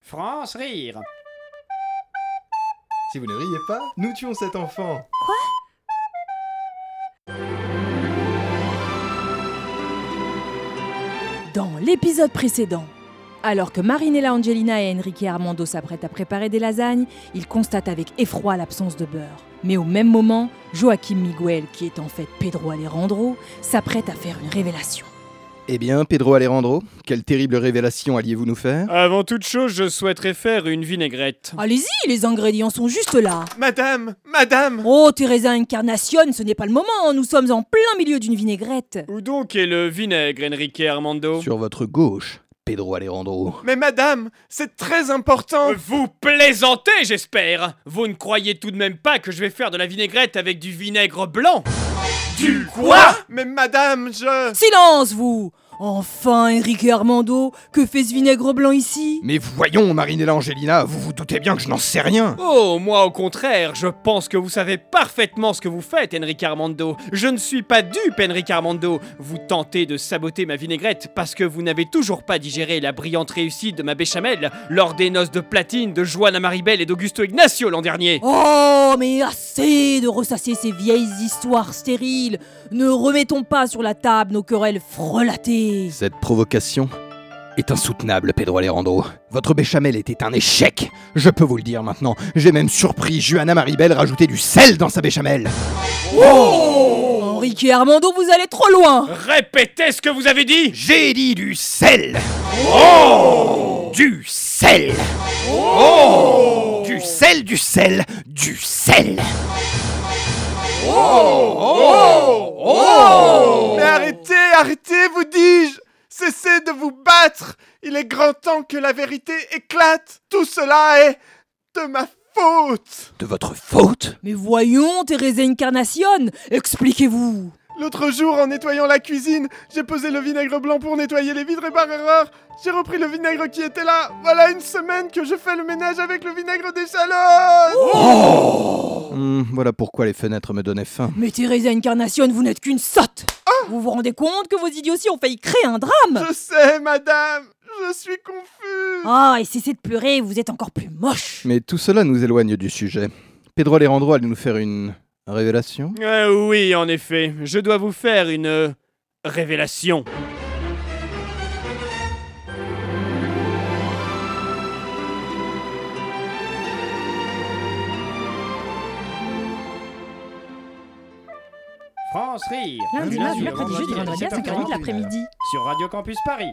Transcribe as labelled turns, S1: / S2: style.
S1: France rire.
S2: Si vous ne riez pas, nous tuons cet enfant.
S3: Dans l'épisode précédent, alors que Marinella Angelina et Enrique Armando s'apprêtent à préparer des lasagnes, ils constatent avec effroi l'absence de beurre. Mais au même moment, Joaquim Miguel, qui est en fait Pedro Alejandro, s'apprête à faire une révélation.
S2: Eh bien, Pedro Alejandro, quelle terrible révélation alliez-vous nous faire
S1: Avant toute chose, je souhaiterais faire une vinaigrette.
S3: Allez-y, les ingrédients sont juste là.
S1: Madame, madame
S3: Oh, Teresa Incarnation, ce n'est pas le moment, hein. nous sommes en plein milieu d'une vinaigrette.
S1: Où donc est le vinaigre, Enrique Armando
S2: Sur votre gauche, Pedro Alejandro.
S4: Mais madame, c'est très important.
S1: Vous plaisantez, j'espère Vous ne croyez tout de même pas que je vais faire de la vinaigrette avec du vinaigre blanc Du quoi
S4: Mais madame, je...
S3: Silence, vous Enfin, Enrique Armando, que fait ce vinaigre blanc ici
S2: Mais voyons, Marinella Angelina, vous vous doutez bien que je n'en sais rien
S1: Oh, moi au contraire, je pense que vous savez parfaitement ce que vous faites, Enrique Armando. Je ne suis pas dupe, Enrique Armando. Vous tentez de saboter ma vinaigrette parce que vous n'avez toujours pas digéré la brillante réussite de ma béchamel lors des noces de platine de Joanna Maribel et d'Augusto Ignacio l'an dernier.
S3: Oh, mais assez de ressasser ces vieilles histoires stériles Ne remettons pas sur la table nos querelles frelatées
S2: Cette provocation est insoutenable, Pedro Alejandro. Votre béchamel était un échec Je peux vous le dire maintenant, j'ai même surpris Juana Maribel rajouter du sel dans sa béchamel
S3: Enrique Armando, vous allez trop loin
S1: Hein Répétez ce que vous avez dit
S2: J'ai dit du sel Oh Du sel Oh Du sel, du sel, du sel
S4: Mais arrêtez, arrêtez, vous dis-je. Cessez de vous battre. Il est grand temps que la vérité éclate. Tout cela est de ma faute.
S2: De votre faute
S3: Mais voyons, Teresa Incarnation, expliquez-vous
S4: L'autre jour, en nettoyant la cuisine, j'ai posé le vinaigre blanc pour nettoyer les vitres et par erreur, j'ai repris le vinaigre qui était là. Voilà une semaine que je fais le ménage avec le vinaigre d'échalote.
S2: Hmm, Voilà pourquoi les fenêtres me donnaient faim.
S3: Mais Teresa Incarnation, vous n'êtes qu'une sotte Vous vous rendez compte que vos idioties ont failli créer un drame
S4: Je sais, madame. Je suis confus.
S3: Ah, et cessez de pleurer, vous êtes encore plus moche
S2: Mais tout cela nous éloigne du sujet. Pedro Alejandro allait nous faire une révélation
S1: Euh, oui, en effet, je dois vous faire une euh, révélation. France Rire
S2: Lundi, mardi, mercredi, jeudi, vendredi, à
S1: sur Radio Campus Paris